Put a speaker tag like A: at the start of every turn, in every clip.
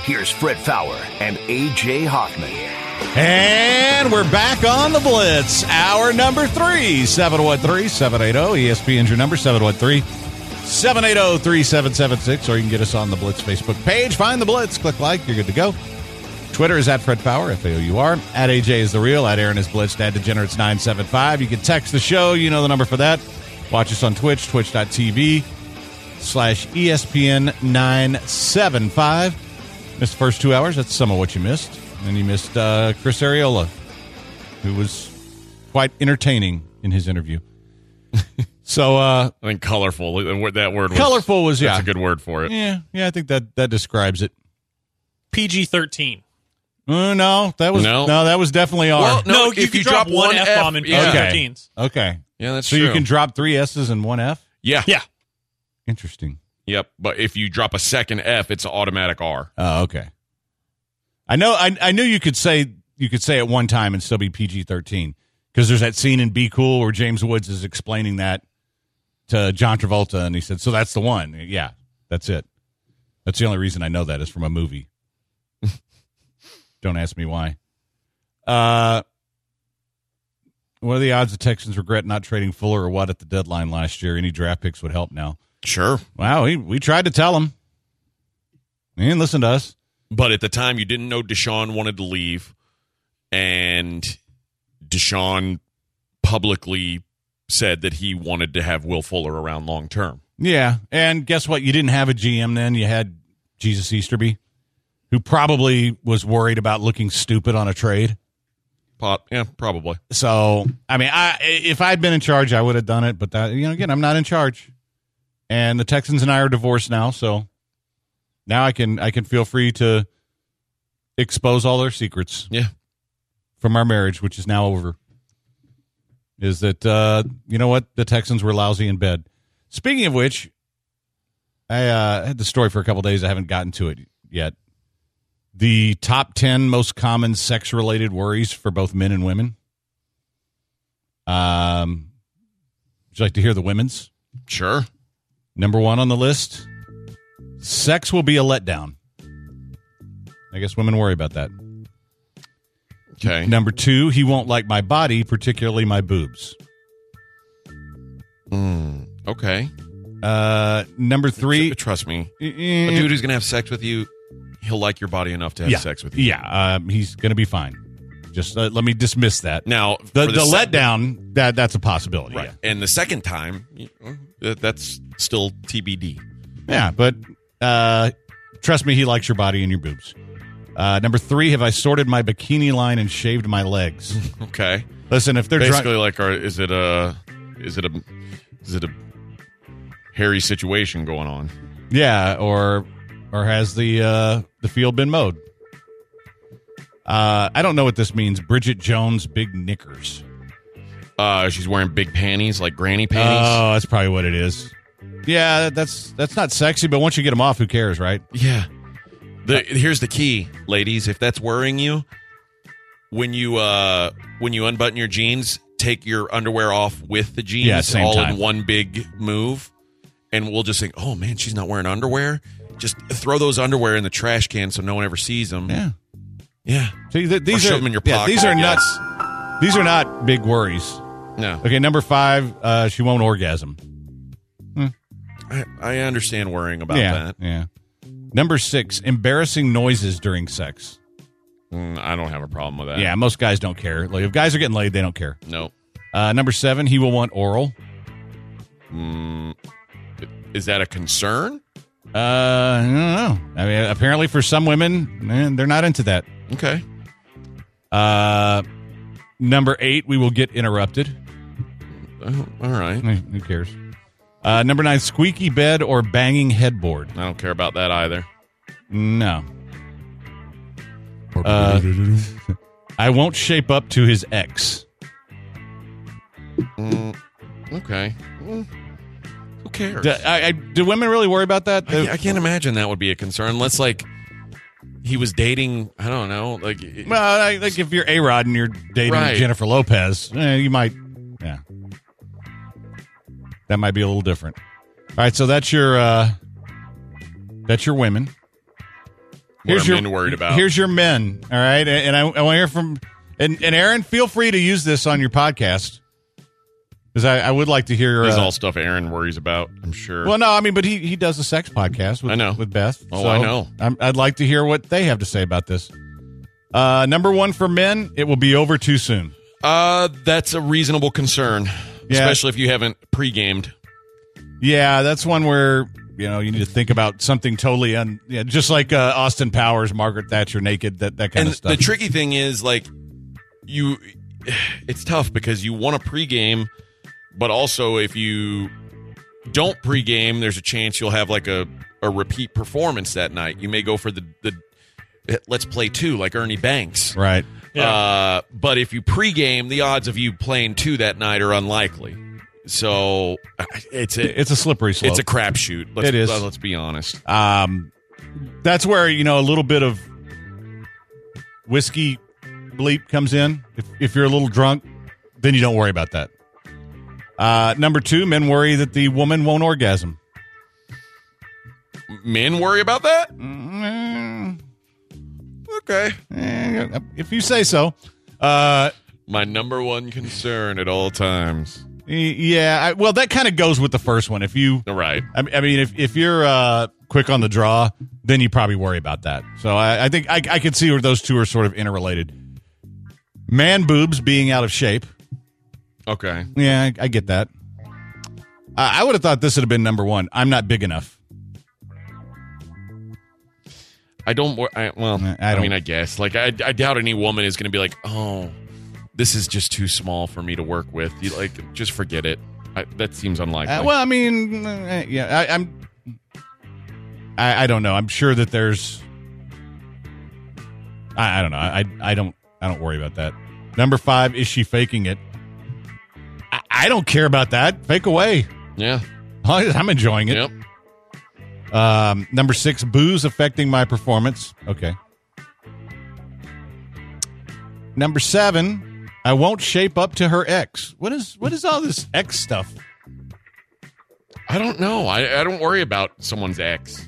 A: Here's Fred Fowler and AJ Hoffman.
B: And we're back on the Blitz. Hour number three, oh. 713 780. ESPN's your number, 713 780 3776. Or you can get us on the Blitz Facebook page. Find the Blitz, click like, you're good to go. Twitter is at Fred Power, F A O U R. At AJ is the real. At Aaron is Blitz. At Degenerates 975. You can text the show. You know the number for that. Watch us on Twitch, twitch.tv slash E ESPN 975. Missed the first two hours. That's some of what you missed. And you missed uh, Chris Areola, who was quite entertaining in his interview. so, uh,
C: I think colorful. And what that word was
B: Colorful was-
C: that's
B: yeah.
C: a good word for it.
B: yeah, yeah, I think that, that describes it.
D: PG thirteen.
B: Uh, no, that was no.
C: No.
B: that was definitely R.
C: Well,
D: No, you, can drop, one F bomb in PG
C: yeah.
B: Okay.
D: thirteens.
B: Okay,
C: Yeah, that's
B: so
C: true.
B: you can drop three S's and one F.
C: yeah.
D: Yeah.
B: Interesting.
C: Yep. But if you drop a second F, it's an automatic R.
B: Oh, okay. I know. I, I knew you could say you could say at one time and still be PG thirteen because there's that scene in Be Cool where James Woods is explaining that to John Travolta, and he said, "So that's the one." Yeah, that's it. That's the only reason I know that is from a movie. Don't ask me why. Uh, what are the odds the Texans regret not trading Fuller or what at the deadline last year? Any draft picks would help now.
C: Sure.
B: Wow, we, we tried to tell him. He didn't listen to us.
C: But at the time, you didn't know Deshaun wanted to leave, and Deshaun publicly said that he wanted to have Will Fuller around long term.
B: Yeah, and guess what? You didn't have a GM then. You had Jesus Easterby, who probably was worried about looking stupid on a trade.
C: Pop, yeah, probably.
B: So, I mean, I if I'd been in charge, I would have done it. But that, you know, again, I'm not in charge, and the Texans and I are divorced now. So now I can I can feel free to expose all their secrets.
C: Yeah.
B: from our marriage, which is now over, is that uh, you know what the Texans were lousy in bed. Speaking of which, I uh, had the story for a couple days. I haven't gotten to it yet. The top ten most common sex-related worries for both men and women. Um, would you like to hear the women's?
C: Sure.
B: Number one on the list sex will be a letdown. I guess women worry about that.
C: Okay.
B: Number two, he won't like my body, particularly my boobs.
C: Hmm. Okay.
B: Uh, number three,
C: Trust me. A
B: eh,
C: dude who's gonna have sex with you, he'll like your body enough to have
B: yeah,
C: sex with you.
B: yeah, um, he's gonna be fine. Just uh, let me dismiss that.
C: Now
B: the
C: for
B: the,
C: sec-
B: letdown that that's a possibility.
C: right? And the second time, you know, that- that's still TBD.
B: Yeah, but uh, trust me, he likes your body and your boobs. Uh, number three, have I sorted my bikini line and shaved my legs?
C: Okay.
B: Listen, if they're drunk,
C: Basically, like, our, is it a, is it a, is it a hairy situation going on?
B: Yeah, or or has the uh, the field been mowed? Uh, I don't know what this means. Bridget Jones big knickers.
C: Uh, she's wearing big panties, like granny panties.
B: Oh, that's probably what it is. Yeah, that's that's not sexy, but once you get them off, who cares, right?
C: yeah. The, here's the key, ladies. If that's worrying you, when you uh when you unbutton your jeans, take your underwear off with the jeans,
B: Yeah, same
C: all
B: time.
C: in one big move, and we'll just think, oh man, she's not wearing underwear. Just throw those underwear in the trash can so no one ever sees them.
B: Yeah.
C: Yeah.
B: See, th- these
C: shove
B: are
C: 'em in your
B: yeah,
C: pocket,
B: these are
C: I
B: nuts. These are not big worries.
C: No.
B: Okay, number five, uh, she won't orgasm.
C: I, I understand worrying about
B: yeah,
C: that.
B: yeah. Number six, embarrassing noises during sex.
C: Mm, I don't have a problem with that.
B: Yeah, most guys don't care. Like if guys are getting laid, they don't care.
C: No.
B: Uh, number seven, he will want oral.
C: Mm, is that a concern?
B: Uh, I don't know. I mean, apparently for some women, eh, they're not into that.
C: Okay.
B: Uh, number eight, we will get interrupted.
C: Oh, all right.
B: Eh, Who cares? Uh, number nine, squeaky bed or banging headboard.
C: I don't care about that either.
B: No. Uh, I won't shape up to his ex.
C: Mm, okay. Mm, who cares?
B: Do, I, I, do women really worry about that?
C: I, I can't imagine that would be a concern unless, like, he was dating, I don't know, like,
B: Well, I, like if you're A Rod and you're dating
C: Right.
B: Jennifer Lopez, eh, you might, yeah, that might be a little different. All right, so that's your uh that's your women.
C: what our men worried about.
B: Here's your men. All right, and, and I, I want to hear from and, and Aaron. Feel free to use this on your podcast because I, I would like to hear.
C: This is
B: uh,
C: all stuff Aaron worries about, I'm sure.
B: well, no, I mean, but he he does a sex podcast. With,
C: I know.
B: with Beth.
C: Oh, I know.
B: I'm, I'd like to hear what they have to say about this. Uh, number one for men, it will be over too soon.
C: Uh, that's a reasonable concern,
B: Yeah.
C: especially if you haven't pre-gamed.
B: Yeah, that's one where you know you need to think about something totally un. Yeah, just like uh, Austin Powers, Margaret Thatcher naked, that that kind
C: and
B: of stuff.
C: the tricky thing is, like, you, it's tough because you want to pre-game, but also if you don't pre-game, there's a chance you'll have like a a repeat performance that night. You may go for the the let's play two, like Ernie Banks.
B: right.
D: Yeah.
C: Uh, but if you pregame, the odds of you playing two that night are unlikely. So it's a
B: It's a slippery slope.
C: it's a crapshoot. Let's-
B: It is.
C: Let's be honest. Uh,
B: Um, that's where you know a little bit of whiskey bleep comes in. If, if you're a little drunk, then you don't worry about that. Uh, number two, men worry that the woman won't orgasm.
C: Men worry about that.
B: Mm,
C: Okay.
B: eh, If you say so. Uh,
C: My number one concern at all times.
B: y- yeah. I, well, that kind of goes with the first one. If you,
C: All right.
B: I mean- I mean, if if you're uh, quick on the draw, then you probably worry about that. So I, I think I, I could see where those two are sort of interrelated. Man boobs being out of shape.
C: Okay.
B: Yeah, I, I get that. I I would have thought this would have been number one. I'm not big enough. Uh,
C: I don't. wor- I, well,
B: I
C: I,
B: don't-
C: mean, I guess. Like, I, I doubt any woman is going to be like, oh, this is just too small for me to work with. You, like, just forget it. I, that seems unlikely.
B: Uh, well, I mean, uh, yeah, I, I'm. I, I don't know. I'm sure that there's. I, I don't know. I I don't I don't worry about that. Number five is she faking it? I, I don't care about that. Fake away.
C: yeah.
B: I'm enjoying it.
C: Yep.
B: Um, number six, booze affecting my performance. Okay. Number seven, I won't shape up to her ex. What is what is all this ex stuff?
C: I don't know. I, I don't worry about someone's ex.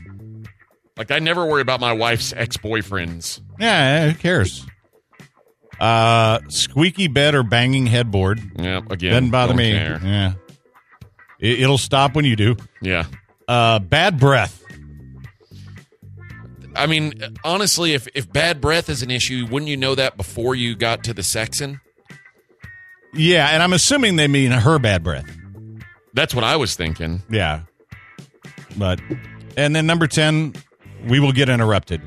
C: Like I never worry about my wife's ex boyfriends.
B: Yeah, who cares? Uh, squeaky bed or banging headboard
C: Yeah, again,
B: doesn't bother
C: don't
B: me.
C: care.
B: Yeah, it, it'll stop when you do.
C: Yeah,
B: Uh, bad breath.
C: I mean, honestly, if if bad breath is an issue, wouldn't you know that before you got to the sexing?
B: Yeah, and I'm assuming they mean her bad breath.
C: That's what I was thinking.
B: Yeah. But and then number 10, we will get interrupted.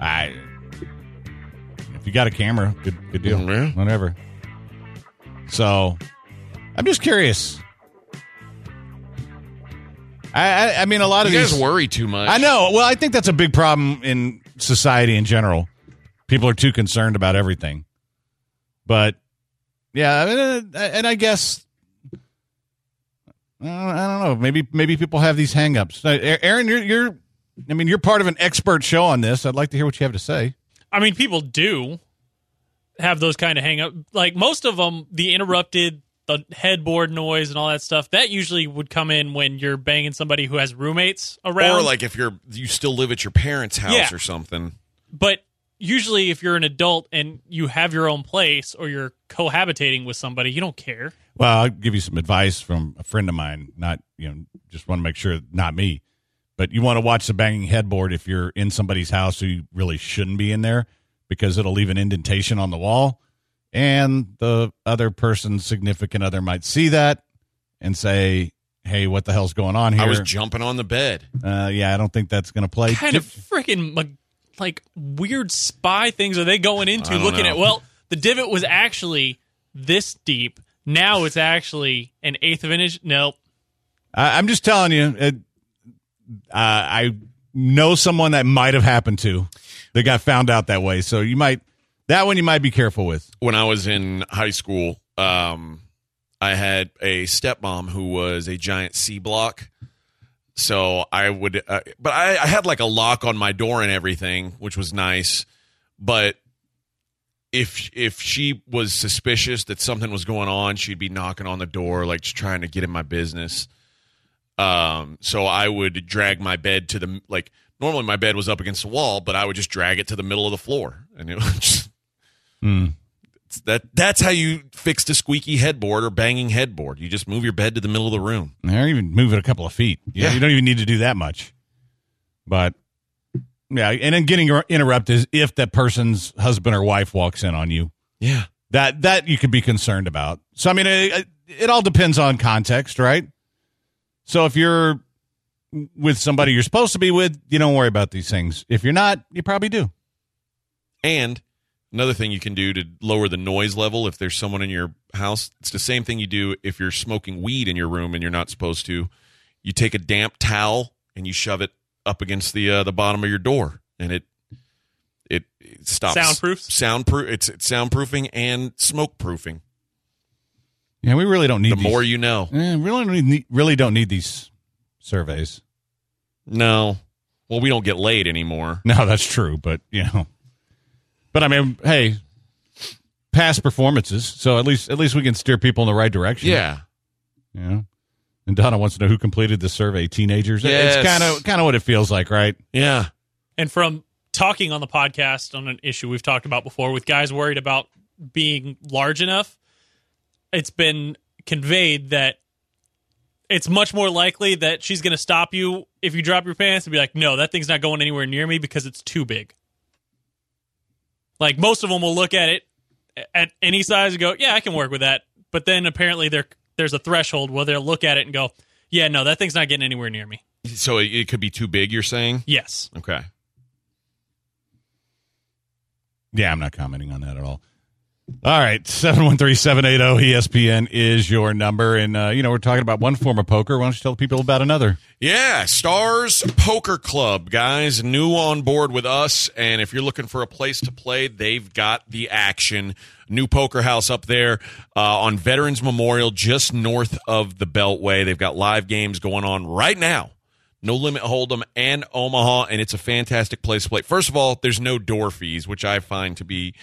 B: I If you got a camera, good good deal.
C: Mm, Yeah.
B: Whatever. So, I'm just curious. I I, I mean a lot
C: You
B: of
C: guys
B: these
C: worry too much.
B: I know. Well, I think that's a big problem in society in general. People are too concerned about everything. But yeah, I mean, uh, and I guess I don't- I don't know. Maybe maybe people have these hangups. Uh, A- Aaron, you're you're. I mean, you're part of an expert show on this. I'd like to hear what you have to say.
D: I mean, people do have those kind of hang up. Like most of them, the interrupted, the headboard noise, and all that stuff. That usually would come in when you're banging somebody who has roommates around.
C: Or like if you're you still live at your parents' house
D: Yeah.
C: or something.
D: but usually, if you're an adult and you have your own place or you're cohabitating with somebody, you don't care.
B: Well, I'll give you some advice from a friend of mine. Not you know, just want to make sure not me, but you want to watch the banging headboard if you're in somebody's house who you really shouldn't be in there because it'll leave an indentation on the wall, and the other person's significant other might see that and say, "Hey, what the hell's going on here?"
C: I was jumping on the bed.
B: uh, yeah, I don't think that's going to play.
D: kind of freaking like, like weird spy things are they going
C: I
D: into
C: don't
D: looking
C: know.
D: at well the divot was actually this deep now it's actually an eighth of an inch nope
B: I, I'm just telling you. It, uh, I know someone that might have happened to that got found out that way. So you might that one you might be careful with.
C: when I was in high school, um, I had a stepmom who was a giant C block. So I would, uh, but I, I had like a lock on my door and everything, which was nice. But if if she was suspicious that something was going on, she'd be knocking on the door, like just trying to get in my business. Um, so I would drag my bed to the like. normally my bed was up against the wall, but I would just drag it to the middle of the floor, and it was just, It's that that's how you fix the squeaky headboard or banging headboard. You just move your bed to the middle of the room.
B: Or even move it a couple of feet. You, yeah.
C: Yeah.
B: you don't even need to do that much. But yeah, and then getting interrupted is if that person's husband or wife walks in on you.
C: Yeah,
B: That that you could be concerned about. So I mean, it, it all depends on context, right? So if you're with somebody you're supposed to be with, you don't worry about these things. If you're not, you probably do.
C: and another thing you can do to lower the noise level if there's someone in your house, it's the same thing you do if you're smoking weed in your room and you're not supposed to. You take a damp towel and you shove it up against the uh, the bottom of your door, and it it, it stops
D: Soundproofs?
C: soundproof. It's, it's soundproofing and smoke proofing.
B: Yeah, we really don't need
C: The
B: these-
C: more you know.
B: Eh, really don't need, really don't need these surveys.
C: No. Well, we don't get laid anymore.
B: No, that's true, but you know, but I mean, hey, past performances. So at least at least we can steer people in the right direction.
C: Yeah.
B: you know? And Donna wants to know who completed the survey. Teenagers.
C: Yes.
B: It's kind of kind of what it feels like, right?
C: Yeah.
D: And from talking on the podcast on an issue we've talked about before with guys worried about being large enough, it's been conveyed that it's much more likely that she's going to stop you if you drop your pants and be like, no, that thing's not going anywhere near me because it's too big. Like most of them will look at it at any size and go, yeah, I can work with that. But then apparently there there's a threshold where they'll look at it and go, yeah, no, that thing's not getting anywhere near me.
C: So it, it could be too big, you're saying?
D: Yes.
C: Okay.
B: Yeah, I'm not commenting on that at all. All right, oh, E 713-780-ESPN is your number. And, uh, you know, we're talking about one form of poker. Why don't you tell people about another?
C: Yeah, Stars Poker Club, guys, new on board with us. And if you're looking for a place to play, they've got the action. New poker house up there uh, on Veterans Memorial, just north of the Beltway. They've got live games going on right now. No Limit Hold'em and Omaha, and it's a fantastic place to play. First of all, there's no door fees, which I find to be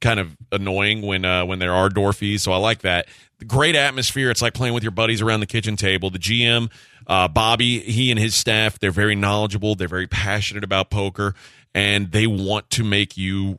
C: kind of annoying when uh, when there are door fees. So I like that. The great atmosphere. It's like playing with your buddies around the kitchen table. The GM, uh, Bobby, he and his staff, they're very knowledgeable. They're very passionate about poker, and they want to make you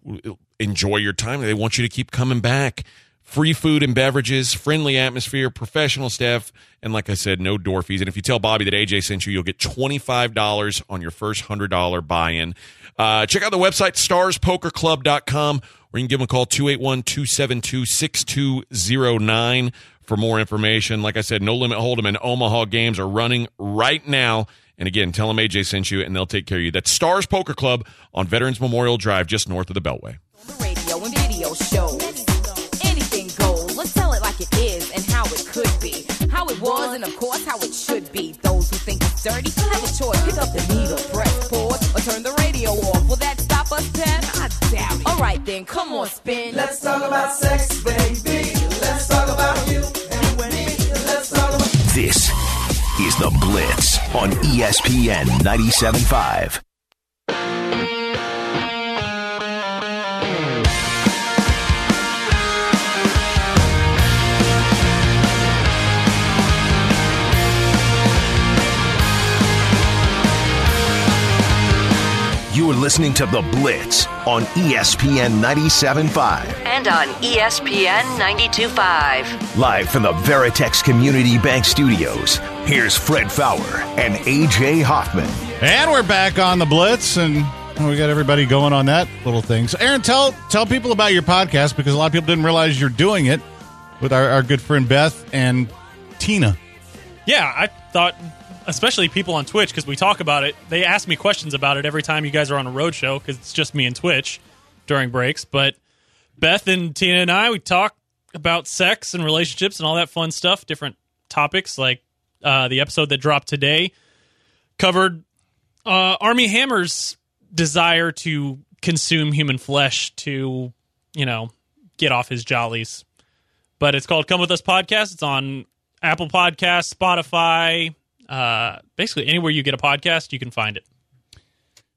C: enjoy your time. They want you to keep coming back. Free food and beverages, friendly atmosphere, professional staff, and like I said, no door fees. And if you tell Bobby that AJ sent you, you'll get $25 on your first $100 buy in. Uh, check out the website, starspokerclub.com, or you can give them a call, 281 272 6209 for more information. Like I said, No Limit Hold'em and Omaha games are running right now. And again, tell them AJ sent you, and they'll take care of you. That's Stars Poker Club on Veterans Memorial Drive, just north of the Beltway.
E: the radio and video shows. Anything goes. Let's tell it like it is and how it could be. How it was and of course how it should be. Those who think it's dirty have a choice. Pick up the needle, press pause, or turn the radio off. Will that stop us, Pep? I doubt it. All right then, come on, spin.
F: Let's talk about sex, baby. Let's talk about you and me. Let's talk about.
A: This is The Blitz on E ESPN 97.5. You are listening to The Blitz on E ESPN 97.5.
G: and on E ESPN 92.5.
A: Live from the Veritex Community Bank Studios, here's Fred Fowler and AJ Hoffman.
B: And we're back on the Blitz, and we got everybody going on that little thing. So, Aaron, tell tell people about your podcast because a lot of people didn't realize you're doing it with our, our good friend Beth and Tina.
D: Yeah, I thought, especially people on Twitch, because we talk about it. They ask me questions about it every time you guys are on a road show, because it's just me and Twitch during breaks. But Beth and Tina and I, we talk about sex and relationships and all that fun stuff, different topics. Like uh, the episode that dropped today covered uh, Army Hammer's desire to consume human flesh to, you know, get off his jollies but it's called Come With Us Podcast. It's on Apple Podcasts, Spotify, uh, basically anywhere you get a podcast, you can find it.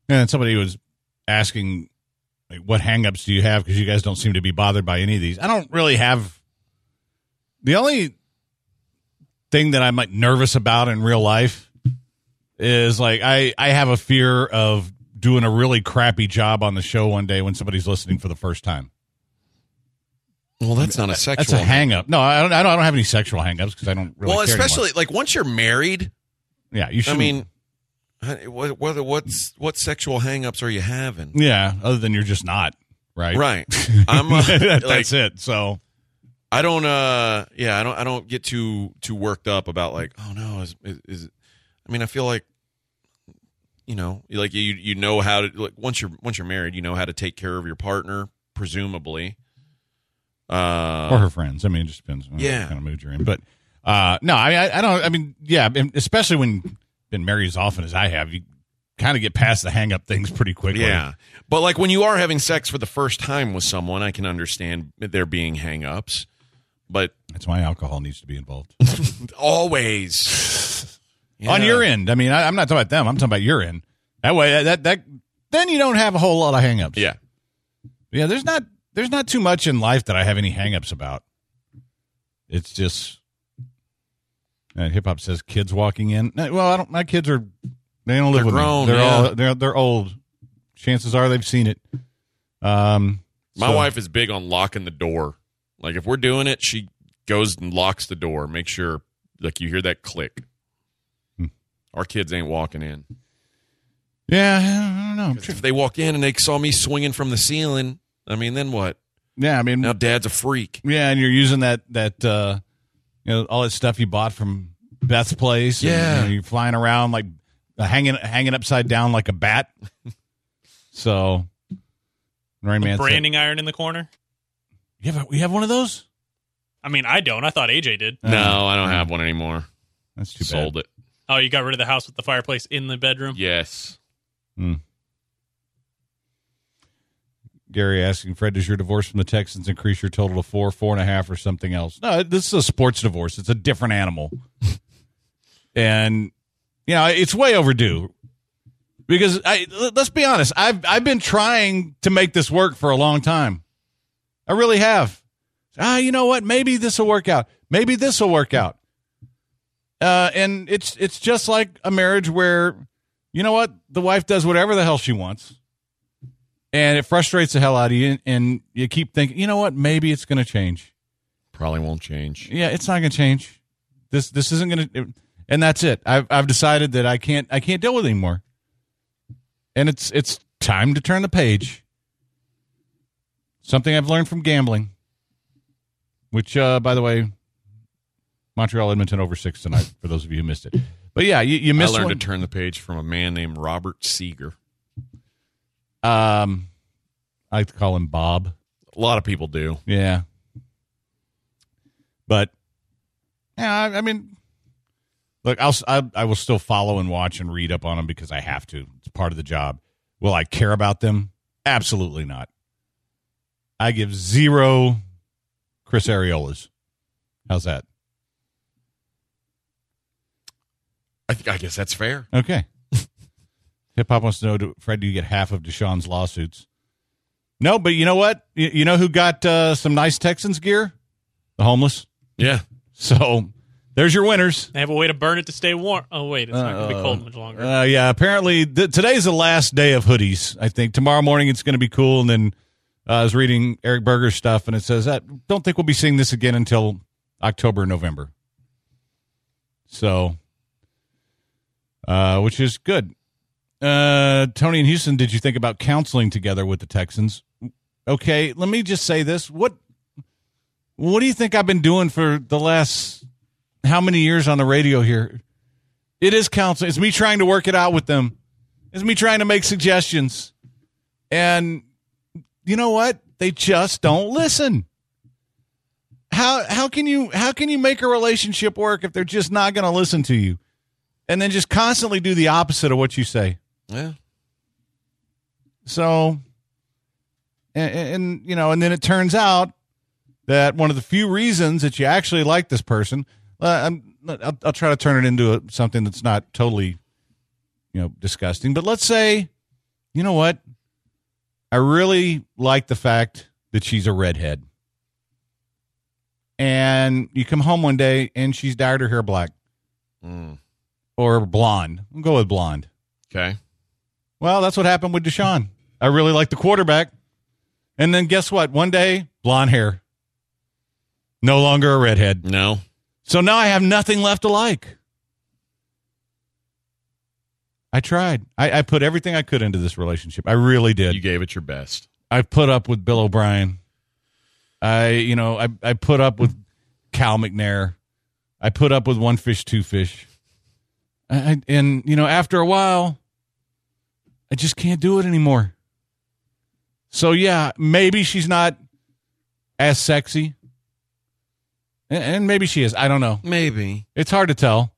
B: And somebody was asking, like, what hangups do you have? Because you guys don't seem to be bothered by any of these. I don't really have. The only thing that I'm like nervous about in real life is like I I have a fear of doing a really crappy job on the show one day when somebody's listening for the first time.
C: Well, that's not a sexual.
B: That's a hang up. No, I don't I don't I don't have any sexual hang ups because I don't really
C: well,
B: care anymore.
C: especially like once you're married.
B: Yeah, you should
C: I mean, honey, what, what what's what sexual hangups are you having?
B: Yeah, other than you're just not, right?
C: Right. I'm uh,
B: That-
C: like,
B: that's it. So
C: I don't uh yeah, I don't I don't get too too worked up about like, oh no, is is, is I mean, I feel like you know, like you you know how to like once you're once you're married, you know how to take care of your partner presumably. Uh
B: or her friends. I mean, it just depends on
C: Yeah.
B: what kind of mood you're in. But uh, no, I, I I don't. I mean, yeah, and especially when been married as often as I have, you kind of get past the hang up things pretty quickly.
C: Yeah. But like when you are having sex for the first time with someone, I can understand there being hangups. But
B: that's why alcohol needs to be involved
C: always
B: on
C: Yeah.
B: your end. I mean, I, I'm not talking about them. I'm talking about your end. That way, that that then you don't have a whole lot of hang ups.
C: Yeah.
B: yeah. There's not there's not too much in life that I have any hang ups about. It's just. hip hop says kids walking in. No, Well, I don't. My kids are. They don't live
C: They're
B: with
C: grown,
B: me. They're
C: yeah.
B: all. They're they're old. Chances are they've seen it. Um,
C: My
B: so-
C: wife is big on locking the door. Like if we're doing it, she goes and locks the door. Make sure like you hear that click.
B: Hmm.
C: Our kids ain't walking in.
B: Yeah, I don't know. I'm
C: 'Cause
B: sure-
C: If they walk in and they saw me swinging from the ceiling, I mean, then what?
B: Yeah, I mean,
C: Now dad's a freak.
B: yeah, and you're using that that uh, you know all that stuff you bought from Beth's place. and,
C: Yeah.
B: you are flying around like uh, hanging hanging upside down like a bat. so, Rain Man said-
D: branding iron in the corner.
B: You have a- you have one of those?
D: I mean, I don't. I thought AJ did.
B: Uh,
C: no, I don't have one anymore.
B: That's too
C: Sold
B: bad.
C: it.
D: Oh, you got rid of the house with the fireplace in the bedroom.
C: Yes.
B: Gary asking Fred, does your divorce from the Texans increase your total to four, four and a half, or something else? No, this is a sports divorce. It's a different animal, and you know it's way overdue. Because I let- let's be honest, I've I've been trying to make this work for a long time. I really have. Ah, you know what? Maybe this will work out. Maybe this will work out. Uh, and it's it's just like a marriage where, you know what, the wife does whatever the hell she wants and it frustrates the hell out of you and you keep thinking you know what maybe it's going to change
C: Probably won't change.
B: yeah it's not going to change this this isn't going to and that's it i've i've decided that i can't i can't deal with it anymore and it's it's time to turn the page something i've learned from gambling which uh by the way montreal edmonton over six tonight for those of you who missed it but yeah you, you
C: I
B: missed
C: learned
B: one.
C: to turn the page from a man named Robert Seeger.
B: um i like to call him bob
C: A lot of people do.
B: Yeah. But yeah, I, I mean, look, I'll s- I, I will still follow and watch and read up on them because I have to. It's part of the job. Will I care about them? Absolutely not. I give zero Chris Areolas. How's that?
C: I, th- I guess that's fair.
B: Okay. Hip hop wants to know, do, Fred, do you get half of Deshaun's lawsuits? No, but you know what? You, you know who got uh, some nice Texans gear? The homeless.
C: Yeah.
B: So there's your winners.
D: They have a way to burn it to stay warm. Oh wait, it's not going to be
B: Uh,
D: cold much longer.
B: Uh, yeah, apparently th- today's the last day of hoodies. I think tomorrow morning it's going to be cool. And then uh, I was reading Eric Berger's stuff, and it says I don't think we'll be seeing this again until October, November. So, uh, which is good. Uh, Tony and Houston, did you think about counseling together with the Texans? Okay, let me just say this: what what do you think I've been doing for the last how many years on the radio here? It is counseling. It's me trying to work it out with them. It's me trying to make suggestions. And you know what? They just don't listen. How how can you how can you make a relationship work if they're just not going to listen to you? And then just constantly do the opposite of what you say.
C: Yeah.
B: So, and, and you know, and then it turns out that one of the few reasons that you actually like this person, uh, I'm, I'll, I'll try to turn it into a, something that's not totally, you know, disgusting. But let's say, you know what, I really like the fact that she's a redhead, and you come home one day and she's dyed her hair black.
C: Mm.
B: or blonde. We'll go with blonde.
C: Okay.
B: Well, that's what happened with Deshaun. I really like the quarterback. And then guess what? One day, blonde hair. No longer a redhead.
C: No.
B: So now I have nothing left to like. I tried. I, I put everything I could into this relationship. I really did.
C: You gave it your best.
B: I put up with Bill O'Brien. I, you know, I, I put up with Cal McNair. I put up with one fish, two fish. I, I, and, you know, after a while, I just can't do it anymore. So, yeah, maybe she's not as sexy. And, and maybe she is. I don't know.
C: Maybe.
B: It's hard to tell.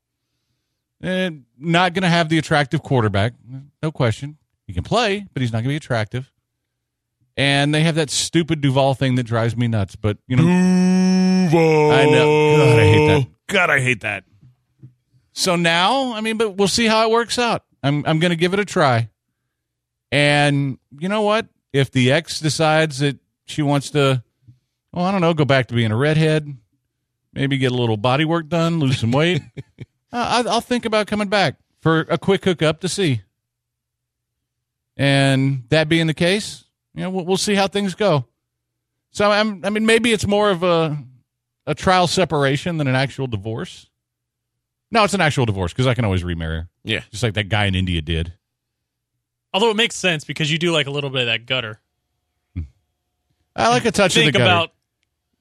B: And not going to have the attractive quarterback, no question. He can play, but he's not going to be attractive. And they have that stupid Duval thing that drives me nuts. But you know, I know. God, I hate that. God, I hate that. So now, I mean, but we'll see how it works out. I'm I'm going to give it a try. And you know what? If the ex decides that she wants to, well, I don't know, go back to being a redhead, maybe get a little body work done, lose some weight. Uh, I, I'll think about coming back for a quick hookup to see. And that being the case, you know, we'll, we'll see how things go. So I'm, I mean, maybe it's more of a a trial separation than an actual divorce. No, it's an actual divorce because I can always remarry, her,
C: Yeah.
B: just like that guy in India did.
D: Although it makes sense because you do like a little bit of that gutter.
B: I like a touch of the
D: Think
B: gutter.
D: about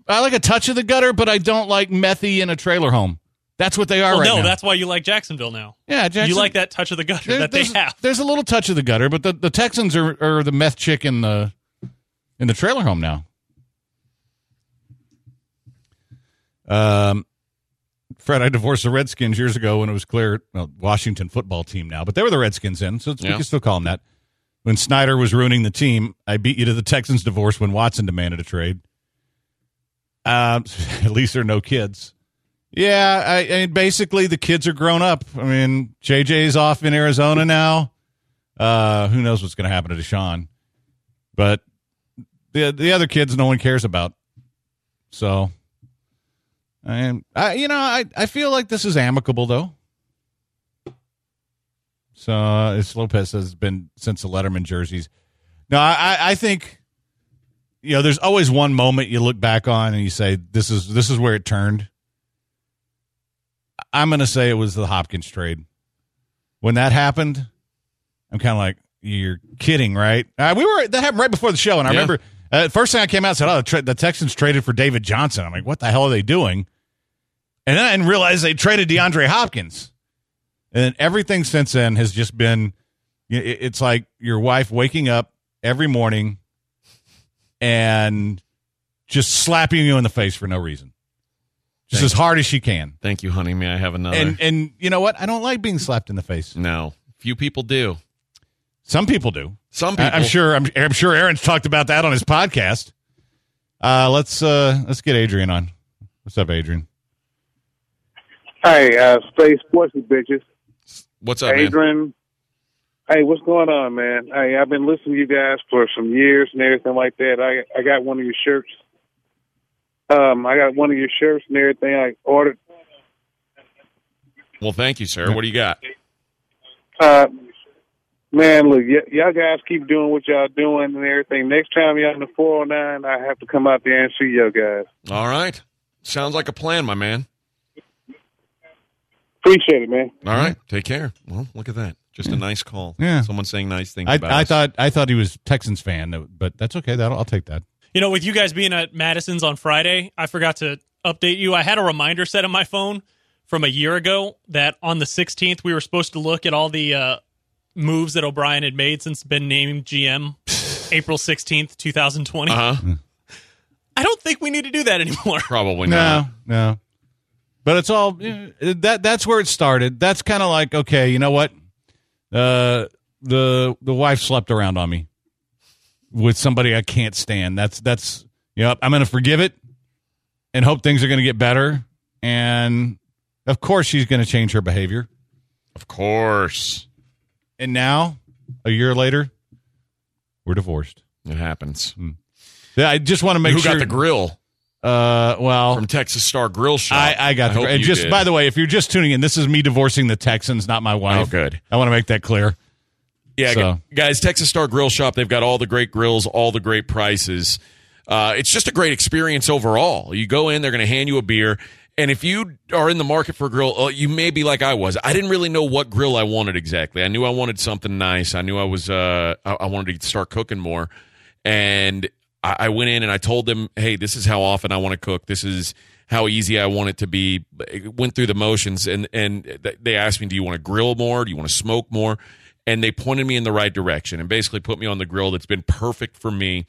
B: I like a touch of the gutter, but I don't like methy in a trailer home. That's what they are
D: well,
B: right
D: no,
B: now.
D: that's why you like Jacksonville now.
B: yeah,
D: You
B: Jackson-
D: like that touch of the gutter
B: there-
D: that they
B: there's,
D: have.
B: There's a little touch of the gutter, but the, the Texans are, are the meth chick in the in the trailer home now. Um, Fred, I divorced the Redskins years ago when it was clear, well, Washington football team now, but they were the Redskins then, so it's, we
C: Yeah.
B: can still call them that. When Snyder was ruining the team, I beat you to the Texans divorce when Watson demanded a trade. Um, at least there are no kids. Yeah, I, I mean, basically the kids are grown up. I mean, JJ's off in Arizona now. Uh, who knows what's going to happen to Deshaun? But the the other kids, no one cares about. So, and I, you know, I I feel like this is amicable though. So, uh, it's Lopez has been since the Letterman jerseys. No, I I- I think you know, there's always one moment you look back on and you say, "This is this is where it turned." I'm going to say it was the Hopkins trade. When that happened, I'm kind of like, "You're kidding, right?" Uh, we were that happened right before the show, and I
C: Yeah.
B: remember uh, first thing I came out and said, "Oh, the, tra- the Texans traded for David Johnson." I'm like, "What the hell are they doing?" And then I didn't realize they traded DeAndre Hopkins. And then everything since then has just been, y- it- it's like your wife waking up every morning and just slapping you in the face for no reason, just
C: Thank
B: as hard as she can.
C: Thank you, honey. May I have another?
B: And and you know what? I don't like being slapped in the face.
C: no. Few people do.
B: Some people do.
C: Some people.
B: I, am sure. I'm, I'm sure Aaron's talked about that on his podcast. Uh, let's uh, let's get Adrian on. What's up, Adrian?
H: Hey, uh, stay sportsy, bitches.
C: What's up, man?
H: Adrian. Hey, what's going on, man? Hey, I've been listening to you guys for some years and everything like that. I I got one of your shirts. Um, I got one of your shirts and everything. I ordered.
C: Well, thank you, sir. What do you got?
H: Uh, man, look, y- y'all guys keep doing what y'all doing and everything. Next time y'all in the four hundred nine, I have to come out there and see y'all guys.
C: All right. Sounds like a plan, my man.
H: Appreciate it, man.
C: All right. Take care. Well, look at that. Just a nice call.
B: Yeah.
C: Someone saying nice things
B: I,
C: about
B: I
C: us.
B: thought I thought he was Texans fan, but that's okay. That'll, I'll take that.
D: You know, with you guys being at Madison's on Friday, I forgot to update you. I had a reminder set on my phone from a year ago that on the 16th we were supposed to look at all the uh, moves that O'Brien had made since been named GM April 16th, 2020.
C: Uh huh.
D: I don't think we need to do that anymore.
C: Probably not.
B: No, no. But it's all yeah, that. That's where it started. That's kind of like okay, you know what? Uh, the the wife slept around on me with somebody I can't stand. That's that's yep. I'm gonna forgive it and hope things are gonna get better. And of course, she's gonna change her behavior.
C: Of course.
B: And now, a year later, we're divorced.
C: It happens.
B: Yeah, I just want to make
C: Who
B: sure.
C: got the grill?
B: Uh, well,
C: from Texas Star Grill Shop.
B: I, I got the.
C: hope
B: and
C: you
B: just
C: did.
B: by the way, if you're just tuning in, this is me divorcing the Texans, not my wife.
C: Oh, good.
B: I want to make that clear.
C: Yeah,
B: So-
C: gu- guys, Texas Star Grill Shop, they've got all the great grills, all the great prices. Uh, it's just a great experience overall. You go in, they're going to hand you a beer. And if you are in the market for a grill, uh, you may be like I was. I didn't really know what grill I wanted exactly. I knew I wanted something nice. I knew I was, uh, I-, I wanted to start cooking more. And I-, I went in and I told them, hey, this is how often I want to cook. This is how easy I want it to be. It went through the motions and, and th- they asked me, do you want to grill more? Do you want to smoke more? and they pointed me in the right direction and basically put me on the grill that's been perfect for me.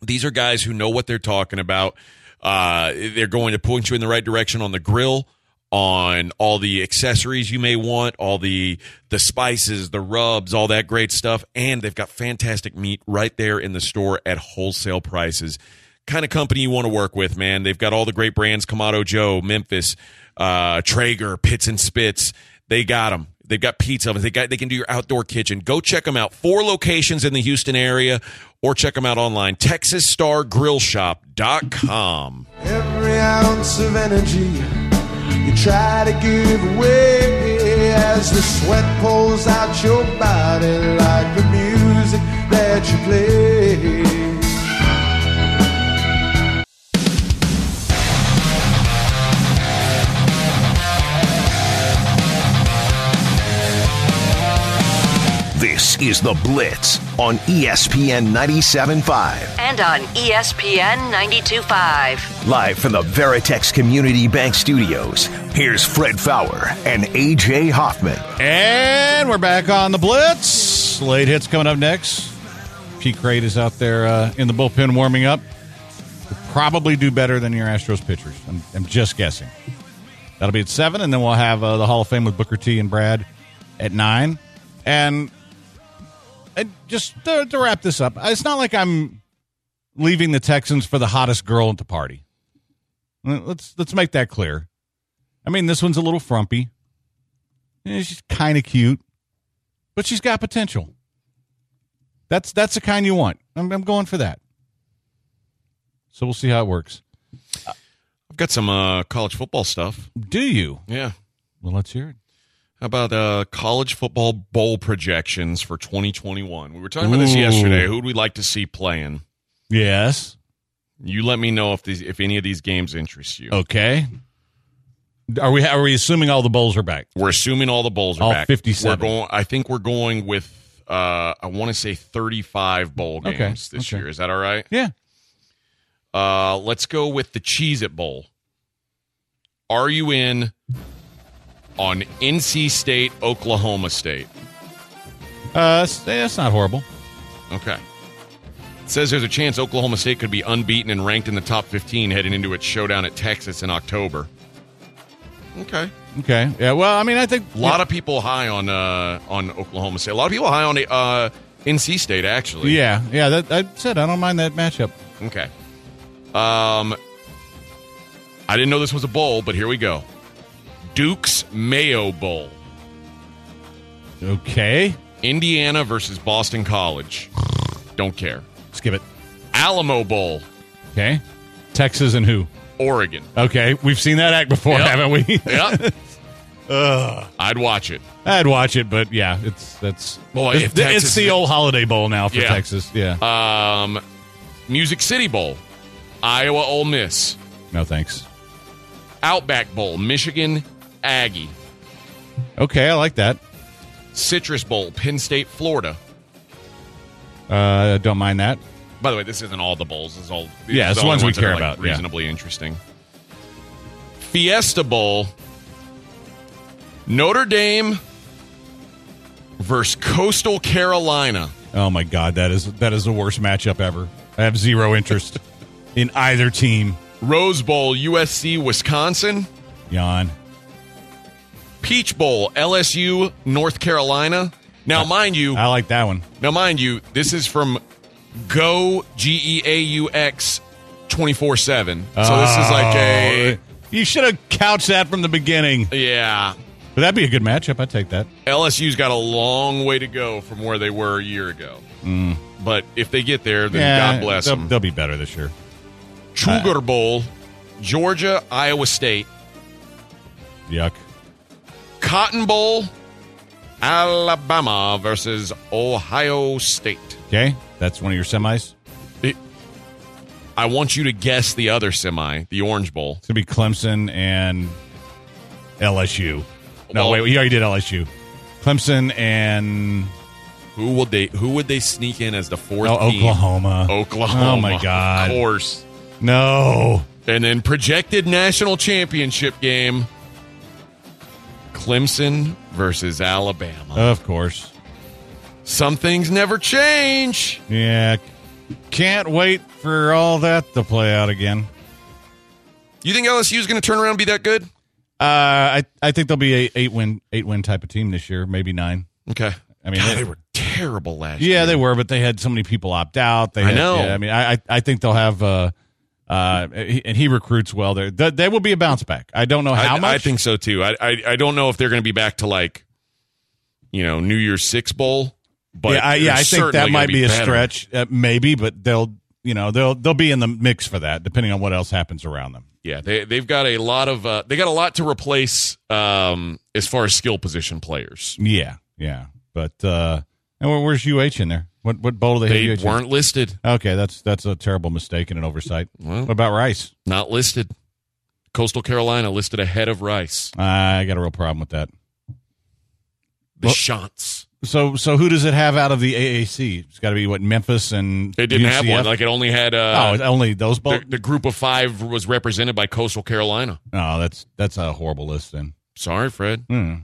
C: These are guys who know what they're talking about. Uh, they're going to point you in the right direction on the grill, on all the accessories you may want, all the the spices, the rubs, all that great stuff, and they've got fantastic meat right there in the store at wholesale prices. Kind of company you want to work with, man. They've got all the great brands: Kamado Joe, Memphis, uh, Traeger, Pits and Spits. They got them. They've got pizza ovens. They got they can do your outdoor kitchen. Go check them out. Four locations in the Houston area or check them out online texasstargrillshop.com.
F: Every ounce of energy you try to give away as the sweat pours out your body like the music that you play.
A: This is The Blitz on E ESPN 97.5,
G: and on E ESPN 92.5.
A: live from the Veritex Community Bank Studios. Here's Fred Fowler and AJ Hoffman.
B: And we're back on the Blitz. Late hits coming up next. Pete Crate is out there uh, in the bullpen warming up. You'll probably do better than your Astros pitchers. I'm, I'm just guessing. That'll be at seven, and then we'll have uh, the Hall of Fame with Booker T and Brad at nine. And, and just to, to wrap this up, it's not like I'm leaving the Texans for the hottest girl at the party. Let's let's make that clear. I mean, this one's a little frumpy. Yeah, she's kind of cute, but she's got potential. That's that's the kind you want. I'm, I'm going for that. So we'll see how it works.
C: I've got some uh, college football stuff.
B: Do you?
C: Yeah.
B: Well, let's hear it.
C: How about uh, college football bowl projections for 2021? We were talking about this
B: Ooh.
C: yesterday. Who would we like to see playing?
B: Yes.
C: You let me know if these if any of these games interest
B: Oh,
C: you.
B: Okay. Are we are we assuming all the bowls are back?
C: We're assuming all the bowls are
B: All
C: back.
B: 57.
C: We're going, I think we're going with uh, I want to say 35 bowl
B: Okay,
C: games this
B: okay.
C: year. Is that all right?
B: Yeah.
C: Uh, let's go with the Cheez It Bowl. Are you in on NC State, Oklahoma State?
B: Uh, it's, eh, it's not horrible.
C: Okay. It says there's a chance Oklahoma State could be unbeaten and ranked in the top 15 heading into its showdown at Texas in October. Okay.
B: Okay. Yeah. Well, I mean, I think
C: A lot of people high on uh, on Oklahoma State. A lot of people high on uh, NC State, actually.
B: Yeah. Yeah. That I said I don't mind that matchup.
C: Okay. Um, I didn't know this was a bowl, but here we go. Duke's Mayo Bowl.
B: Okay.
C: Indiana versus Boston College. Don't care.
B: Skip it.
C: Alamo Bowl,
B: Okay. Texas and who?
C: Oregon.
B: Okay. We've seen that act before,
C: Yep.
B: haven't we?
C: Yep. I'd watch it.
B: I'd watch it, but yeah, it's that's
C: Boy,
B: it's,
C: if
B: the-
C: Texas-
B: it's the old Holiday Bowl now for
C: Yeah.
B: Texas. Yeah,
C: Um, Music City Bowl, Iowa Ole Miss.
B: no thanks.
C: Outback Bowl, Michigan Aggie.
B: Okay, I like that.
C: Citrus Bowl, Penn State, Florida.
B: Uh, don't mind that.
C: By the way, this isn't all the bowls. This is all these
B: Yeah,
C: are
B: it's the
C: only
B: ones we
C: that are,
B: care
C: like,
B: about, yeah.
C: Reasonably interesting. Fiesta Bowl, Notre Dame versus Coastal Carolina.
B: Oh my God, that is that is the worst matchup ever. I have zero interest in either team.
C: Rose Bowl, USC, Wisconsin.
B: Yawn.
C: Peach Bowl, LSU, North Carolina. Now,
B: Uh,
C: mind you,
B: I like that one.
C: now mind you, this is from Go G E A U X twenty four seven. So this is like a
B: Oh, You should have couched that from the beginning.
C: yeah.
B: But that'd be a good matchup. I take that.
C: LSU's got a long way to go from where they were a year ago. But if they get there, then
B: yeah,
C: God bless
B: they'll,
C: them.
B: They'll be better this year.
C: Sugar Bowl, Georgia, Iowa State.
B: Yuck.
C: Cotton Bowl, Alabama versus Ohio State.
B: Okay, that's one of your semis.
C: I want you to guess the other semi, the Orange Bowl.
B: It's gonna be Clemson and LSU. No,
C: Well-
B: wait, we already did LSU. Clemson and
C: Who will they? Who would they sneak in as the fourth?
B: oh,
C: team?
B: Oklahoma.
C: Oklahoma.
B: Oh my God.
C: Of course.
B: No.
C: And then projected national championship game. Clemson versus Alabama.
B: Of course.
C: Some things never change.
B: Yeah. Can't wait for all that to play out again.
C: You think LSU is going to turn around and be that good?
B: Uh, I I think they'll be a eight win eight win type of team this year, maybe nine.
C: Okay.
B: I mean,
C: God,
B: it-
C: they were terrible last year.
B: Yeah, they were, but they had so many people opt out. They
C: I
B: had-
C: know.
B: yeah, I mean, I I- I think they'll have. Uh, uh, he- and he recruits well. There, they, they will be a bounce back. I don't know how
C: I,
B: much.
C: I think so too. I, I I don't know if they're going to be back to like, you know, New Year's Six bowl. But
B: yeah, I, yeah,
C: they're
B: I think
C: certainly
B: that
C: gonna
B: might be, a
C: better.
B: stretch, uh, maybe. But they'll, you know, they'll they'll be in the mix for that, depending on what else happens around them.
C: Yeah, they they've got a lot of uh, they got a lot to replace um, as far as skill position players.
B: Yeah, yeah. But uh, and where, where's UH in there? What what bowl do they,
C: They
B: have UH in?
C: weren't listed,
B: Okay, that's that's a terrible mistake and an oversight.
C: Well.
B: what about Rice?
C: not listed. Coastal Carolina listed ahead of Rice.
B: I got a real problem with that.
C: The
B: Well-
C: Shants.
B: So so who does it have out of the AAC? It's got to be what Memphis and
C: It didn't have
B: UCF?
C: one. Like it only had
B: oh,
C: uh,
B: only those bowl.
C: the, the group of five was represented by Coastal Carolina.
B: No, that's that's a horrible list. Then
C: Sorry, Fred.
B: Hmm.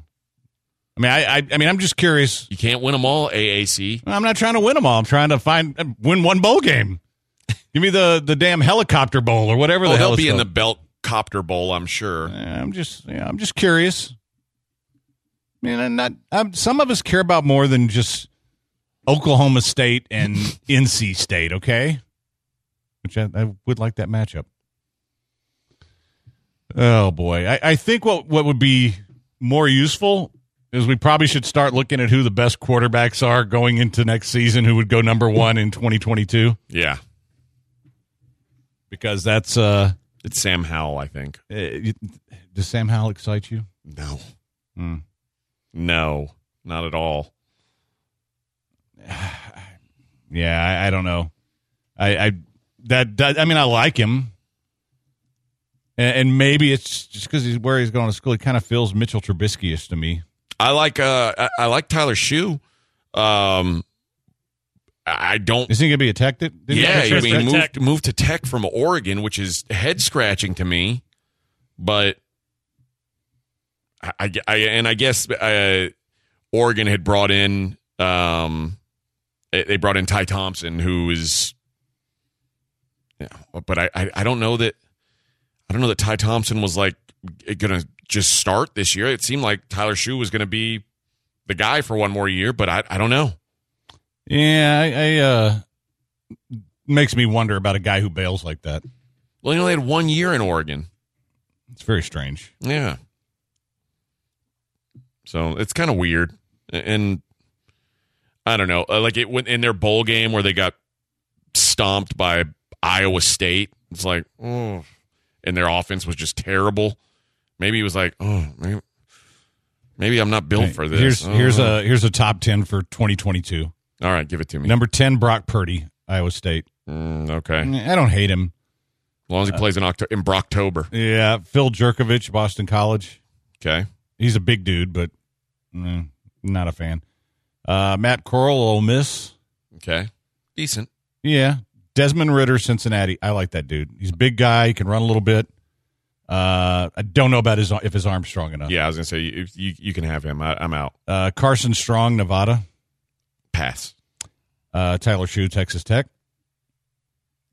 B: I mean, I, I I mean, I'm just curious.
C: You can't win them all. AAC.
B: I'm not trying to win them all. I'm trying to find win one bowl game. Give me the the damn helicopter bowl or whatever
C: Oh,
B: the hell
C: they'll
B: it's
C: be in the
B: called.
C: Belt Copter Bowl, I'm sure.
B: Yeah, I'm just yeah, I'm just curious. I mean, I'm not I'm, some of us care about more than just Oklahoma State and NC State. Okay, which I, I would like that matchup. Oh boy, I, I think what what would be more useful is we probably should start looking at who the best quarterbacks are going into next season, who would go number one in 2022,
C: Yeah,
B: because that's uh,
C: it's Sam Howell, I think.
B: uh you- does Sam Howell excite you?
C: No,
B: Hmm.
C: no, not at all.
B: Yeah, I, I don't know. I, I that, that I mean, I like him, and, and maybe it's just because he's where he's going to school. He kind of feels Mitchell Trubisky-ish to me.
C: I like uh, I, I like Tyler Shue. Um, I I don't.
B: Is he going to be attacked? Didn't he
C: yeah,
B: get
C: I
B: transferred?
D: transfer
C: mean,
D: to
C: moved,
D: Tech?
C: moved to Tech from Oregon, which is head scratching to me. But I, I, I- and I guess uh, Oregon had brought in um, they they brought in Ty Thompson, who is yeah, but I, I I don't know that I don't know that Ty Thompson was like going to just start this year. It seemed like Tyler Shue was going to be the guy for one more year, but I I don't know.
B: yeah, I, I uh, makes me wonder about a guy who bails like that.
C: Well, you only had one year in Oregon.
B: It's very strange.
C: Yeah. So it's kind of weird, and I don't know. uh, Like it went in their bowl game where they got stomped by Iowa State. It's like, oh, and their offense was just terrible. Maybe he was like, oh, maybe, maybe I'm not built for this.
B: Here's
C: Oh. I don't
B: here's
C: know.
B: a here's a top ten for 2022.
C: all right. Give it to me.
B: Number ten, Brock Purdy, Iowa State.
C: Mm, okay, as
B: I don't hate him.
C: long as he plays in October in Brocktober.
B: Yeah, Phil Jerkovich, Boston College.
C: Okay,
B: He's a big dude, but mm, not a fan. Uh, Matt Corral, Ole Miss.
C: okay, decent.
B: Yeah. Desmond Ritter, Cincinnati. I like that dude. He's a big guy. He can run a little bit. Uh, I don't know about his if his arm's strong enough.
C: Yeah, I was gonna say you you, you can have him. I, I'm out.
B: Uh, Carson Strong, Nevada.
C: Pass.
B: Uh, Tyler Shue, Texas Tech.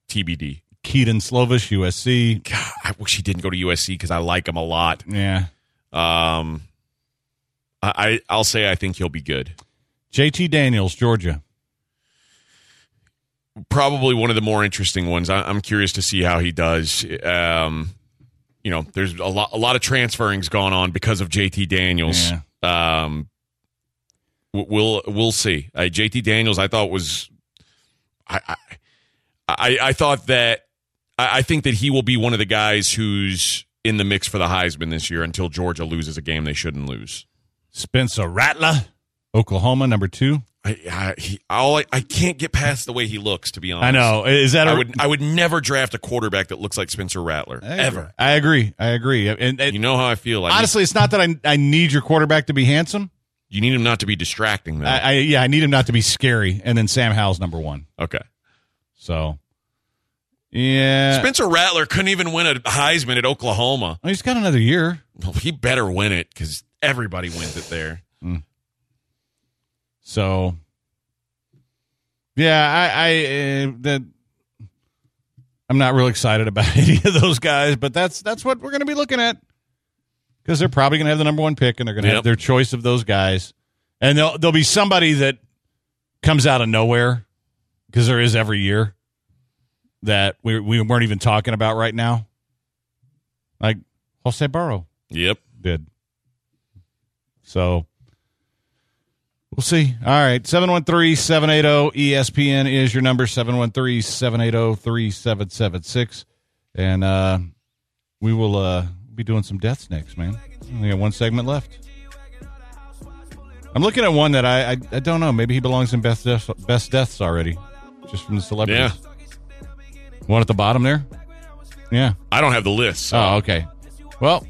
C: TBD.
B: Keaton Slovis, USC.
C: God, I wish he didn't go to USC because I like him a lot.
B: Yeah.
C: Um, I, I I'll say I think he'll be good.
B: JT Daniels, Georgia.
C: Probably one of the more interesting ones. I, I'm curious to see how he does. Um, you know, there's a lot a lot of transferring's gone on because of JT Daniels. Um, w- we'll we'll see. Uh, JT Daniels, I thought was, I I I, I thought that I, I think that he will be one of the guys who's in the mix for the Heisman this year until Georgia loses a game they shouldn't lose.
B: Spencer Rattler, Oklahoma, number two.
C: I I, he, all I, I can't get past the way he looks. To be honest,
B: I know. Is that a,
C: I would I would never draft a quarterback that looks like Spencer Rattler
B: I agree.
C: ever.
B: I agree. I agree. And, and
C: You know how I feel. I
B: honestly, it's not that I I need your quarterback to be handsome.
C: need, you need him not to be distracting. Though.
B: I, I yeah, I need him not to be scary. And then Sam Howell's number one.
C: okay.
B: So yeah,
C: Spencer Rattler couldn't even win a Heisman at Oklahoma.
B: Oh, he's got another year.
C: Well, he better win it because everybody wins it there.
B: So yeah, I I uh, that I'm not real excited about any of those guys, but that's that's what we're going to be looking at because they're probably going to have the number one pick and they're going to
C: Yep.
B: have their choice of those guys, and there'll there'll be somebody that comes out of nowhere because there is every year that we we weren't even talking about right now, like Jose Burrow
C: Yep.
B: did. So we'll see. All right. 713 780 ESPN is your number 713 780 3776. And uh, we will uh, be doing some deaths next, man. We only got one segment left. I'm looking at one that I, I I don't know. Maybe he belongs in best deaths, best deaths already, just from the celebrities. One at the bottom there. Yeah.
C: I don't have the list. so-
B: Oh, okay. Well,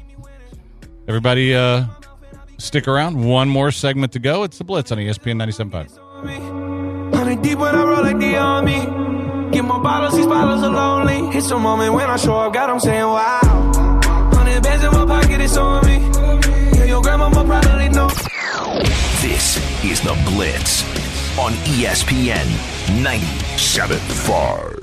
B: everybody, uh, stick around. One more segment to go. It's the Blitz on E ESPN 97.5.
I: Hundred deep when I roll like the army. Get my bottles, these bottles are lonely. It's a moment when I show up, God, I'm saying wow. Hundred bands in my pocket, it's on me. Yeah, your grandmama probably know.
A: This is The Blitz on E ESPN 97.5.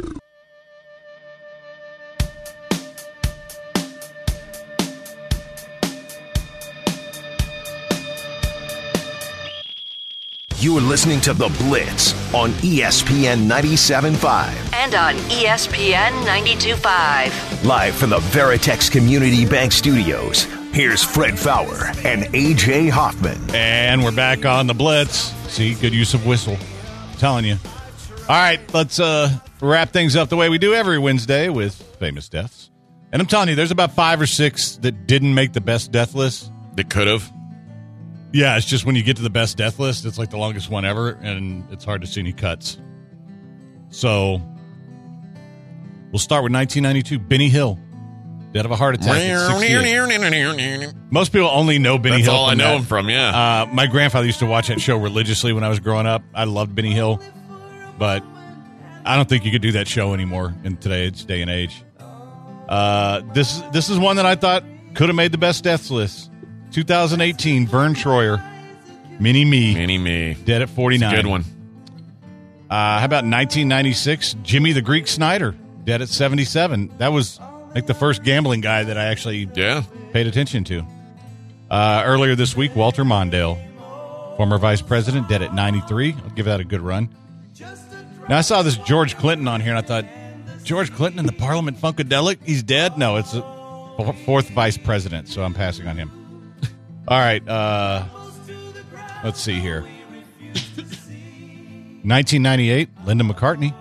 A: You are listening to The Blitz on E ESPN 97.5.
G: And on E ESPN 92.5.
A: Live from the Veritex Community Bank Studios, here's Fred Fowler and AJ Hoffman.
B: And we're back on the Blitz. See, good use of whistle. I'm telling you. All right, let's uh, wrap things up the way we do every Wednesday with famous deaths. And I'm telling you, there's about five or six that didn't make the best death list.
C: They could have.
B: Yeah, it's just when you get to the best death list, it's like the longest one ever, and it's hard to see any cuts. So we'll start with 1992. Benny Hill, dead of a heart attack. at 68.
C: That's
B: Most people only know Benny Hill.
C: all I
B: from
C: know
B: that.
C: him from. Yeah.
B: Uh, my grandfather used to watch that show religiously when I was growing up. I loved Benny Hill, but I don't think you could do that show anymore in today's day and age. Uh, this this is one that I thought could have made the best deaths list. 2018, Vern Troyer, Mini Me,
C: Mini me.
B: dead at 49.
C: Good one.
B: Uh, how about 1996? Jimmy the Greek Snyder, dead at 77. That was like the first gambling guy that I actually
C: Yeah.
B: paid attention to. Uh, earlier this week, Walter Mondale, former vice president, dead at 93. I'll give that a good run. Now, I saw this George Clinton on here, and I thought, George Clinton in the Parliament Funkadelic? He's dead? No, it's the f- fourth vice president, so I'm passing on him. All right. Uh, let's see here. 1998, Linda McCartney,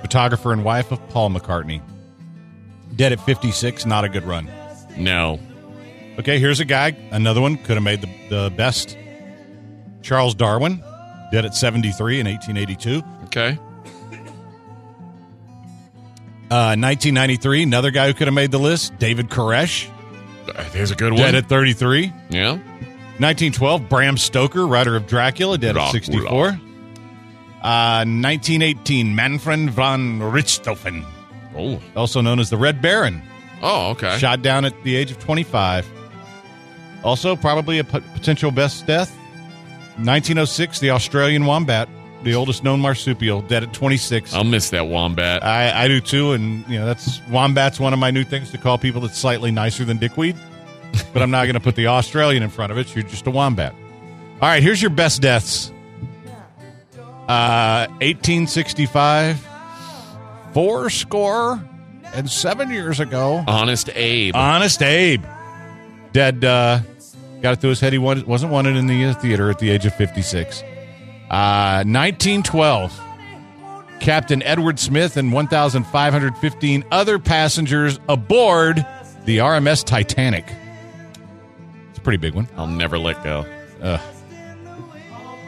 B: photographer and wife of Paul McCartney. Dead at 56, not a good run.
C: No.
B: Okay, here's a guy. Another one could have made the, the best. Charles Darwin, dead at 73 in 1882.
C: Okay.
B: Uh, 1993, another guy who could have made the list, David Koresh,
C: There's a good
B: dead
C: one.
B: at 33.
C: yeah.
B: 1912, Bram Stoker, writer of Dracula, dead at
C: Dracula.
B: 64. Uh, 1918, Manfred von Richthofen,
C: Oh.
B: also known as the Red Baron,
C: Oh. Okay.
B: shot down at the age of 25. Also, probably a pot- potential best death. 1906, the Australian wombat, the oldest known marsupial, dead at 26.
C: I'll miss that wombat.
B: I, I do too, and you know that's wombat's one of my new things to call people that's slightly nicer than dickweed. But I'm not going to put the Australian in front of it. You're just a wombat. All right, here's your best deaths. Uh, 1865, four score and seven years ago.
C: Honest Abe.
B: Honest Abe. Dead. Uh, got it through his head. He wanted, wasn't wanted in the uh, theater at the age of 56. Uh, 1912. Captain Edward Smith and 1,515 other passengers aboard the RMS Titanic. It's a pretty big one.
C: I'll never let go.
B: Uh,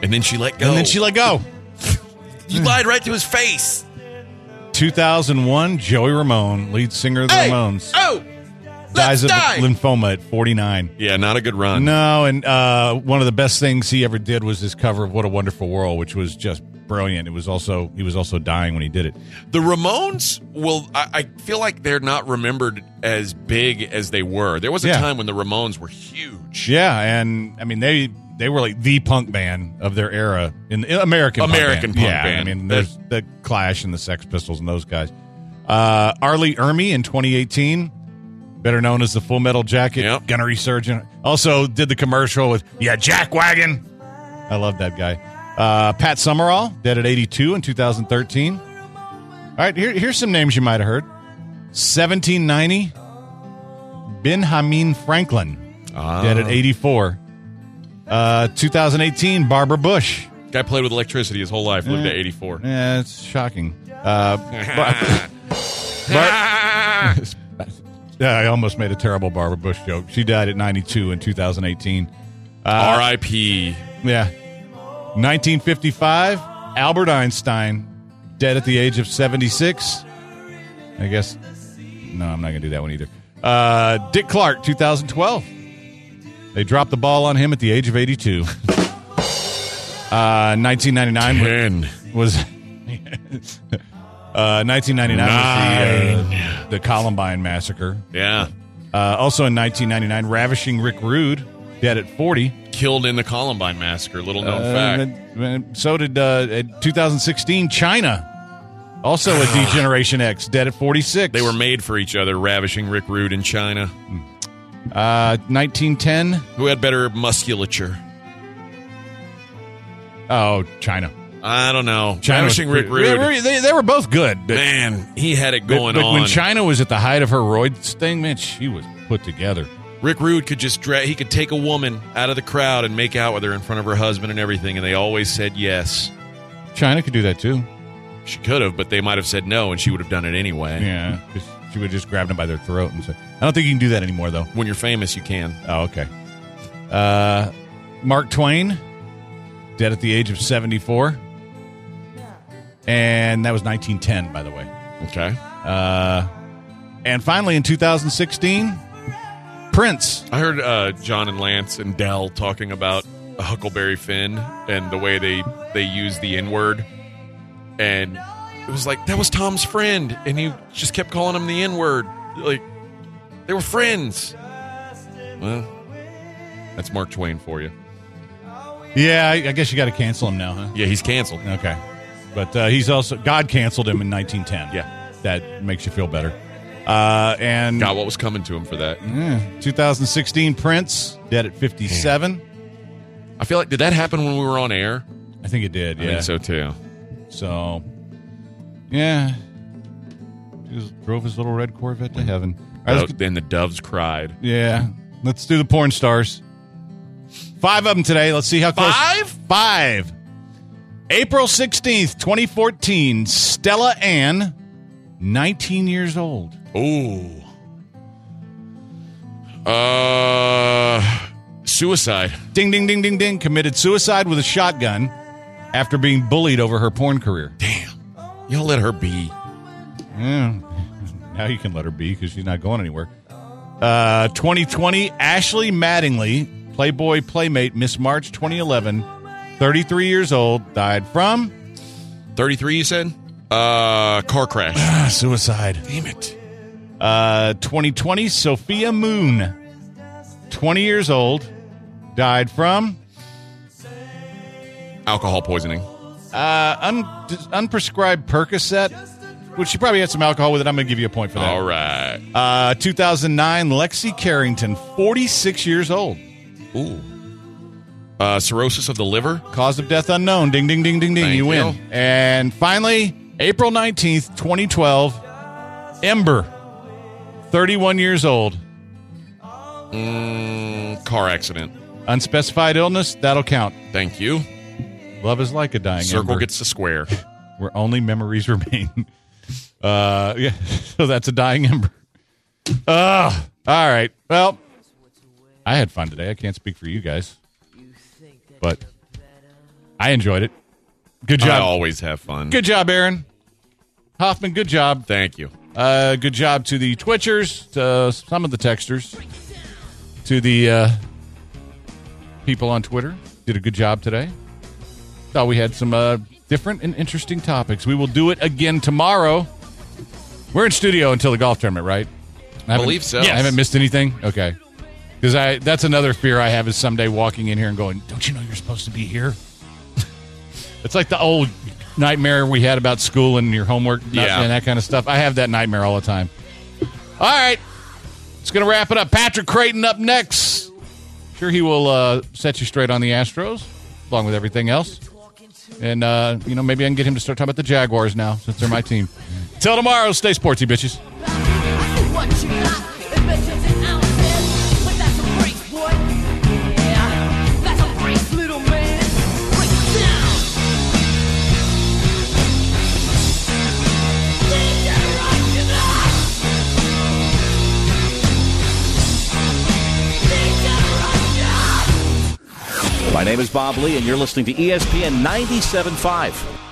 C: And then she let go.
B: And then she let Hmm. go.
C: you lied right to his face.
B: 2001, Joey Ramone, lead singer of the
C: Hey!
B: Ramones,
C: Oh,
B: dies
C: let's
B: of
C: die.
B: lymphoma at 49.
C: yeah, not a good run.
B: No, and uh, one of the best things he ever did was his cover of "What a Wonderful World," which was just brilliant. It was also he was also dying when he did it.
C: The Ramones will. I, I feel like they're not remembered as big as they were. There was a
B: Yeah.
C: time when the Ramones were huge.
B: Yeah, and I mean they they were like the punk band of their era in, in American
C: American
B: punk band.
C: punk
B: yeah,
C: band.
B: I mean there's the Clash and the Sex Pistols and those guys. Uh, Arlie Ermy in 2018, better known as the Full Metal Jacket
C: Yep.
B: gunnery surgeon, also did the commercial with "Yeah, Jack Wagon." I love that guy. Uh, Pat Summerall, dead at 82 in 2013. All right, here, here's some names you might have heard. 1790, Benjamin Franklin, dead at 84. Uh, 2018, Barbara Bush.
C: Guy played with electricity his whole life. Lived
B: Yeah.
C: to eighty four.
B: Yeah, it's shocking. Uh, Bar- Bar- yeah, I almost made a terrible Barbara Bush joke. She died at 92 in 2018.
C: R.I.P.
B: Yeah. 1955, Albert Einstein, dead at the age of 76. I guess. No, I'm not going to do that one either. Uh, Dick Clark, 2012. They dropped the ball on him at the age of 82. Uh, 1999 was-
C: Ten.
B: was. Uh, 1999 was the, uh, the Columbine massacre.
C: Yeah,
B: Uh, also in 1999, Ravishing Rick Rude, dead at 40.
C: killed in the Columbine massacre. Little known
B: Uh,
C: Oh, fact.
B: and- and So did uh, in 2016 China, also a D-Generation X, dead at 46.
C: They were made for each other. Ravishing Rick Rude in China,
B: uh, 1910.
C: who had better musculature.
B: Oh, China.
C: I don't know.
B: China was
C: Ravishing Rick
B: pretty-
C: Rude.
B: They, they- they were both good. But,
C: Man, he had it
B: but-
C: going
B: but
C: on.
B: when China was at the height of her roids thing, man, she was put together.
C: Rick Rude could just dra- he could take a woman out of the crowd and make out with her in front of her husband and everything, and they always said yes.
B: China could do that too.
C: She could have, but they might have said no, and she would have done it anyway.
B: Yeah, 'cause she would just grab them by their throat and say, "I don't think you can do that anymore, though."
C: When you're famous, you can.
B: Oh, okay. Uh, Mark Twain, dead at the age of 74. And that was 1910, by the way.
C: Okay,
B: Uh, and finally, in 2016, Prince.
C: I heard uh, John and Lance and Dell talking about Huckleberry Finn and the way they they use the N word, and it was like that was Tom's friend, and he just kept calling him the N word. Like they were friends. Well, that's Mark Twain for you.
B: Yeah, I, I guess you got to cancel him now, huh?
C: Yeah, he's canceled.
B: Okay. But uh, he's also, God canceled him in 1910.
C: Yeah.
B: That makes you feel better. Uh, and
C: Got what was coming to him for that.
B: Yeah, 2016, Prince, dead at 57.
C: I feel like did that happen when we were on air?
B: I think it did.
C: I
B: Yeah.
C: think so too.
B: So, yeah, just drove his little red Corvette to heaven. All right, let's
C: Dove- Then the doves cried.
B: get- yeah, let's do the porn stars. Five of them today. Let's see how close.
C: Five?
B: Five. April sixteenth, twenty fourteen. Stella Ann, nineteen years old.
C: Ooh. Uh, suicide.
B: Ding, ding, ding, ding, ding. Committed suicide with a shotgun after being bullied over her porn career.
C: Damn. Y'all let her be.
B: Yeah. Hmm. Now you can let her be because she's not going anywhere. Uh, 2020, Ashley Mattingly, Playboy Playmate, Miss March 2011, 33 years old, died from
C: 33, you said? Uh, car crash.
B: suicide.
C: Damn it.
B: Uh, 2020, Sophia Moon, 20 years old, died from
C: Alcohol poisoning.
B: uh, un- unprescribed Percocet, which she probably had some alcohol with it. I'm going to give you a point for that.
C: All right.
B: Uh, 2009, Lexi Carrington, 46 years old.
C: Ooh. Uh, cirrhosis of the liver.
B: Cause of death unknown. Ding, ding, ding, ding, ding.
C: Thank
B: you win.
C: you.
B: And finally, April 19th, 2012, Ember, 31 years old.
C: Mm, car accident.
B: Unspecified illness, that'll count.
C: Thank you.
B: Love is like a dying
C: Circle
B: ember.
C: gets the square.
B: where only memories remain. Uh, yeah, so that's a dying ember. Ugh. all right. Well, I had fun today. I can't speak for you guys, but I enjoyed it. Good
C: I
B: job.
C: always have fun.
B: Good job, Aaron Hoffman. Good job.
C: Thank you.
B: Uh, good job to the Twitchers, to some of the texters, to the uh, people on Twitter. Did a good job today. Thought we had some uh, different and interesting topics. We will do it again tomorrow. We're in studio until the golf tournament, right? I haven't-
C: Believe so.
B: I
C: Yes.
B: haven't missed anything. Okay, because I that's another fear I have is someday walking in here and going, "Don't you know you're supposed to be here?" it's like the old nightmare we had about school and your homework not-
C: Yeah.
B: and that kind of stuff. I have that nightmare all the time. All right, it's gonna wrap it up. Patrick Creighton up next. Sure, he will uh, set you straight on the Astros, along with everything else. And uh, you know, maybe I can get him to start talking about the Jaguars now, since they're my team. Till tomorrow, stay sportsy, bitches.
E: I see what you got. It's better than ounces, but that's a break, boy. Yeah, that's a break, little man. Break it down. DJ Rock it up. DJ Rock it up.
J: My name is Bob Lee, and you're listening to ESPN 97.5.